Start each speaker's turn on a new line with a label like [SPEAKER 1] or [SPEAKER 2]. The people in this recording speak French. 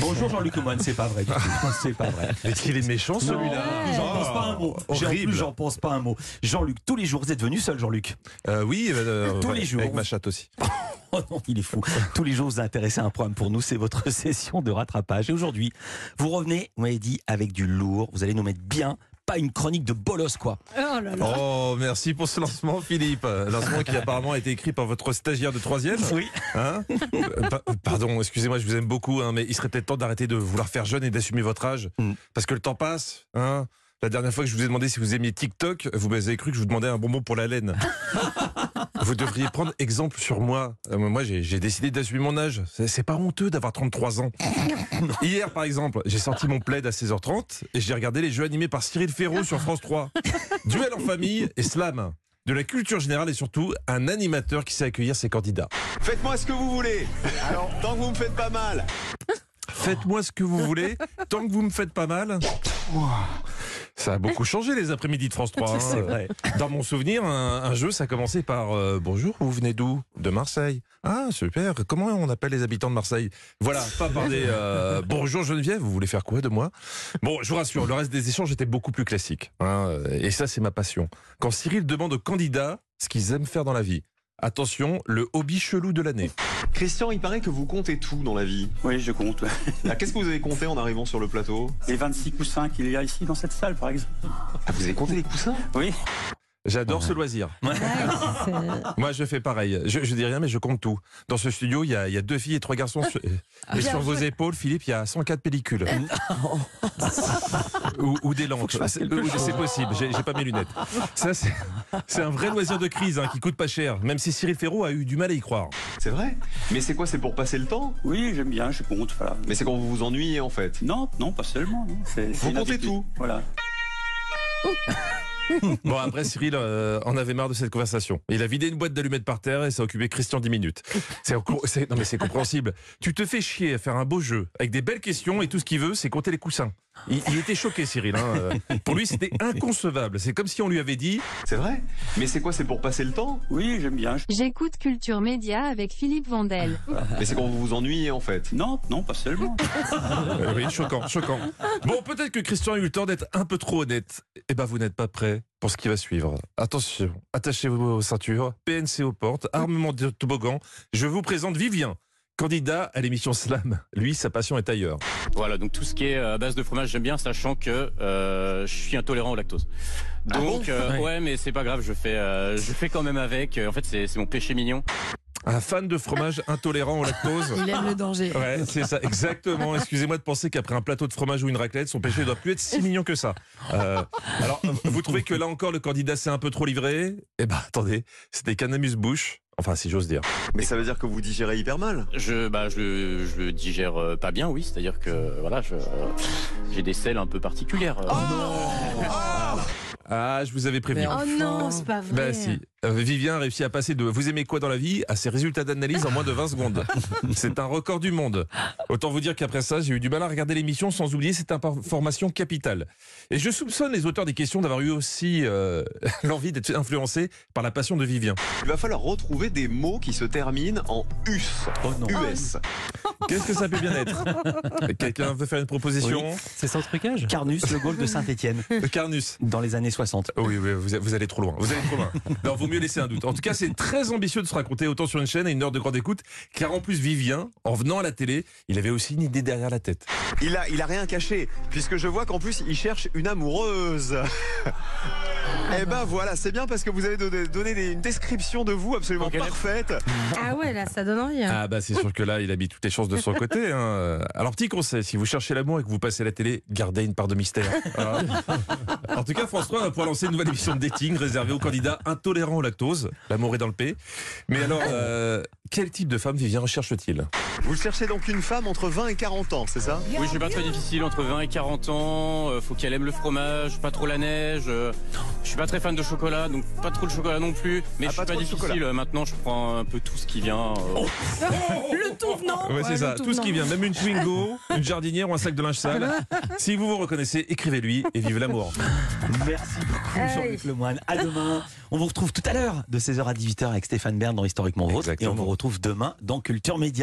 [SPEAKER 1] Bonjour Jean-Luc Moine, c'est pas vrai. du tout. C'est pas vrai.
[SPEAKER 2] Mais qu'il est méchant celui-là.
[SPEAKER 1] J'en pense pas un mot. J'ai- en plus,
[SPEAKER 2] Oh, Horrible.
[SPEAKER 1] J'en pense pas un mot. Jean-Luc, tous les jours, vous êtes venu seul, Jean-Luc.
[SPEAKER 2] Euh, oui, euh,
[SPEAKER 1] Tous
[SPEAKER 2] ouais,
[SPEAKER 1] les jours.
[SPEAKER 2] Avec ma chatte aussi.
[SPEAKER 1] Oh non, il est fou. Tous les jours, vous intéressez à un programme pour nous. C'est votre session de rattrapage. Et aujourd'hui, vous revenez, vous m'avez dit, avec du lourd. Vous allez nous mettre bien. Pas une chronique de bolos, quoi.
[SPEAKER 3] Oh là là.
[SPEAKER 2] Oh, merci pour ce lancement, Philippe. Un Lancement qui apparemment a été écrit par votre stagiaire de troisième.
[SPEAKER 1] Oui.
[SPEAKER 2] Hein Euh, pa- Pardon, excusez-moi, je vous aime beaucoup, hein, mais il serait peut-être temps d'arrêter de vouloir faire jeune et d'assumer votre âge.
[SPEAKER 1] Mm.
[SPEAKER 2] Parce que le temps passe. Hein la dernière fois que je vous ai demandé si vous aimiez TikTok, vous m'avez cru que je vous demandais un bonbon pour la laine. vous devriez prendre exemple sur moi. Euh, moi, j'ai j'ai décidé d'assumer mon âge. C'est c'est pas honteux d'avoir 33 ans. Hier, par exemple, j'ai sorti mon plaid à 16h30 et j'ai regardé les jeux animés par Cyril Ferraud sur France 3. Duel en famille et slam. De la culture générale et surtout un animateur qui sait accueillir ses candidats.
[SPEAKER 4] Faites-moi ce que vous voulez. Alors, tant que vous me faites pas mal.
[SPEAKER 2] Faites-moi ce que vous voulez, tant que vous me faites pas mal. Ça a beaucoup changé les après-midi de France 3. hein. Dans mon souvenir, un, un jeu, ça commençait par euh, Bonjour, vous venez d'où De Marseille. Ah, super, comment on appelle les habitants de Marseille Voilà, pas par des euh, Bonjour Geneviève, vous voulez faire quoi de moi Bon, je vous rassure, le reste des échanges était beaucoup plus classique. hein, et ça, c'est ma passion. Quand Cyril demande aux candidats ce qu'ils aiment faire dans la vie. Attention, le hobby chelou de l'année.
[SPEAKER 4] Christian, il paraît que vous comptez tout dans la vie.
[SPEAKER 5] Oui, je compte. ouais.
[SPEAKER 4] Ah, Qu'est-ce que vous avez compté en arrivant sur le plateau
[SPEAKER 5] Les 26 coussins qu'il y a ici dans cette salle, par exemple.
[SPEAKER 4] ah, Vous avez compté les coussins
[SPEAKER 5] Oui.
[SPEAKER 2] J'adore ce loisir. Moi, je fais pareil. Je, je dis rien, mais je compte tout. Dans ce studio, il y a, il y a deux filles et trois garçons. Sur- et
[SPEAKER 3] bien
[SPEAKER 2] sur vos
[SPEAKER 3] joué.
[SPEAKER 2] épaules, Philippe, il y a 104 pellicules. ou, ou des lampes. C'est ou- c'est possible, j'ai j'ai pas mes lunettes. Ça, c'est c'est un vrai loisir de crise hein, qui coûte pas cher, même si Cyril Ferraud a eu du mal à y croire.
[SPEAKER 4] C'est vrai. Mais c'est quoi C'est pour passer le temps
[SPEAKER 5] Oui, j'aime bien, je compte. Voilà.
[SPEAKER 4] Mais c'est quand vous vous ennuyez en fait.
[SPEAKER 5] Non, non, pas seulement. non. C'est- c'est une
[SPEAKER 4] comptez
[SPEAKER 5] habitude.
[SPEAKER 4] tout.
[SPEAKER 5] Voilà.
[SPEAKER 2] Bon, après, Cyril euh, en avait marre de cette conversation. Il a vidé une boîte d'allumettes par terre et ça a occupé Christian 10 minutes. C'est en cours- c'est- non, mais c'est compréhensible. Tu te fais chier à faire un beau jeu avec des belles questions et tout ce qu'il veut, c'est compter les coussins. Il, il était choqué, Cyril. hein. Euh, Pour lui, c'était inconcevable. C'est comme si on lui avait dit
[SPEAKER 4] C'est vrai. Mais c'est quoi C'est pour passer le temps
[SPEAKER 5] Oui, j'aime bien. je-
[SPEAKER 6] J'écoute Culture Média avec Philippe Vandel.
[SPEAKER 4] Mais c'est quand vous vous ennuyez en fait.
[SPEAKER 5] Non, non, pas seulement.
[SPEAKER 2] Euh, Oui, choquant, choquant. Bon, peut-être que Christian a eu le temps d'être un peu trop honnête. Eh ben, vous n'êtes pas prêt pour ce qui va suivre. Attention, attachez vos ceintures, PNC aux portes, armement de toboggan. Je vous présente Vivien, candidat à l'émission Slam. Lui, sa passion est ailleurs.
[SPEAKER 7] Voilà, donc tout ce qui est euh, à base de fromage, j'aime bien, sachant que euh, je suis intolérant au lactose.
[SPEAKER 4] Ah
[SPEAKER 7] Donc,
[SPEAKER 4] bon
[SPEAKER 7] euh, ouais, mais c'est pas grave, je fais, euh, je fais quand même avec. En fait, c'est c'est mon péché mignon.
[SPEAKER 2] Un fan de fromage intolérant au lactose.
[SPEAKER 3] Il aime le danger.
[SPEAKER 2] Ouais, c'est ça, exactement. Excusez-moi de penser qu'après un plateau de fromage ou une raclette, son péché doit plus être si mignon que ça. Euh, alors, vous trouvez que là encore, le candidat s'est un peu trop livré Eh ben, attendez, c'était qu'un amuse-bouche. Enfin, si j'ose dire.
[SPEAKER 4] Mais ça veut dire que vous digérez hyper mal.
[SPEAKER 7] Je, bah, je, je le digère euh, pas bien, oui. C'est-à-dire que, voilà, je, euh, j'ai des selles un peu particulières. euh.
[SPEAKER 4] Oh
[SPEAKER 2] Ah, je vous avais prévenu.
[SPEAKER 3] Mais
[SPEAKER 8] Oh non, c'est pas vrai.
[SPEAKER 2] Bah si, Euh, Vivien a réussi à passer de vous aimez quoi dans la vie à ses résultats d'analyse en moins de 20 secondes. C'est un record du monde. Autant vous dire qu'après ça, j'ai eu du mal à regarder l'émission sans oublier cette information capitale. Et je soupçonne les auteurs des questions d'avoir eu aussi euh, l'envie d'être influencés par la passion de Vivien.
[SPEAKER 4] Il va falloir retrouver des mots qui se terminent en us.
[SPEAKER 1] Oh non.
[SPEAKER 4] US.
[SPEAKER 2] Qu'est-ce que ça peut bien être Quelqu'un veut faire une proposition Euh,
[SPEAKER 1] C'est sans trucage Carnus, le Gaulle de Saint-Étienne,
[SPEAKER 2] Carnus.
[SPEAKER 1] dans les années 60.
[SPEAKER 2] Oui, oui, vous, vous allez trop loin. Vous allez trop loin. Non, vaut mieux laisser un doute. En tout cas, c'est très ambitieux de se raconter autant sur une chaîne et une heure de grande écoute, car en plus, Vivien, en venant à la télé, il avait aussi une idée derrière la tête.
[SPEAKER 4] Il a, il a rien caché, puisque je vois qu'en plus il cherche une amoureuse. eh ben voilà, c'est bien parce que vous avez donné, donné des- une description de vous absolument
[SPEAKER 7] Ok.
[SPEAKER 4] parfaite.
[SPEAKER 8] Ah ouais, là, ça donne envie. hein.
[SPEAKER 2] Ah bah c'est sûr que là, il a mis toutes les chances de son côté. hein. Alors petit conseil, si vous cherchez l'amour et que vous passez à la télé, gardez une part de mystère. Hein. en tout cas, France 3 va pouvoir lancer une nouvelle émission de dating réservée aux candidats intolérants au lactose. L'amour est dans le P. Mais alors, euh, quel type de femme Vivien recherche-t-il
[SPEAKER 4] Vous cherchez donc une femme entre 20 et 40 ans, c'est ça
[SPEAKER 7] Euh, Oui, je suis pas très difficile, entre 20 et 40 ans. euh, faut qu'elle aime le fromage, pas trop la neige. euh, je suis pas très fan de chocolat, donc pas trop le chocolat non plus. Mais
[SPEAKER 4] Ah,
[SPEAKER 7] je suis
[SPEAKER 4] pas
[SPEAKER 7] pas,
[SPEAKER 4] trop de
[SPEAKER 7] difficile.
[SPEAKER 4] chocolat.
[SPEAKER 7] euh, Maintenant, je prends un peu tout ce qui vient. euh,
[SPEAKER 3] Le tout venant.
[SPEAKER 2] Ah. Ouais, c'est
[SPEAKER 3] le
[SPEAKER 2] ça. Tout ce
[SPEAKER 3] venant.
[SPEAKER 2] qui vient, même une Twingo, une jardinière ou un sac de linge sale. Si vous vous reconnaissez, écrivez-lui et vive l'amour.
[SPEAKER 1] Merci beaucoup
[SPEAKER 8] Hey.
[SPEAKER 1] Jean-Luc Lemoine. À demain. On vous retrouve tout à l'heure de 16h à 18h avec Stéphane Bern dans Historiquement Vôtre. Et on
[SPEAKER 2] Exactement.
[SPEAKER 1] vous retrouve demain dans Culture Média.